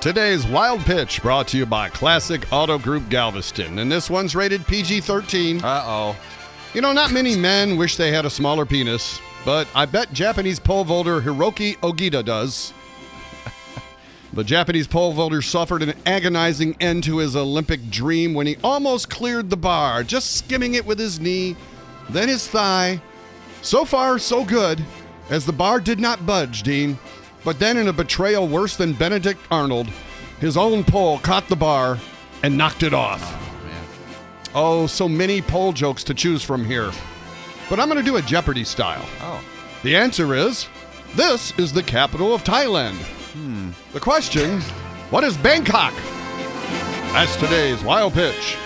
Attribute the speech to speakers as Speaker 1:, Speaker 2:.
Speaker 1: Today's Wild Pitch brought to you by Classic Auto Group Galveston, and this one's rated PG 13.
Speaker 2: Uh oh.
Speaker 1: You know, not many men wish they had a smaller penis, but I bet Japanese pole vaulter Hiroki Ogita does. The Japanese pole vaulter suffered an agonizing end to his Olympic dream when he almost cleared the bar, just skimming it with his knee, then his thigh. So far, so good, as the bar did not budge, Dean. But then, in a betrayal worse than Benedict Arnold, his own pole caught the bar and knocked it off.
Speaker 2: Man.
Speaker 1: Oh, so many poll jokes to choose from here. But I'm going to do it Jeopardy style.
Speaker 2: Oh.
Speaker 1: The answer is this is the capital of Thailand. The question what is Bangkok? That's today's wild pitch.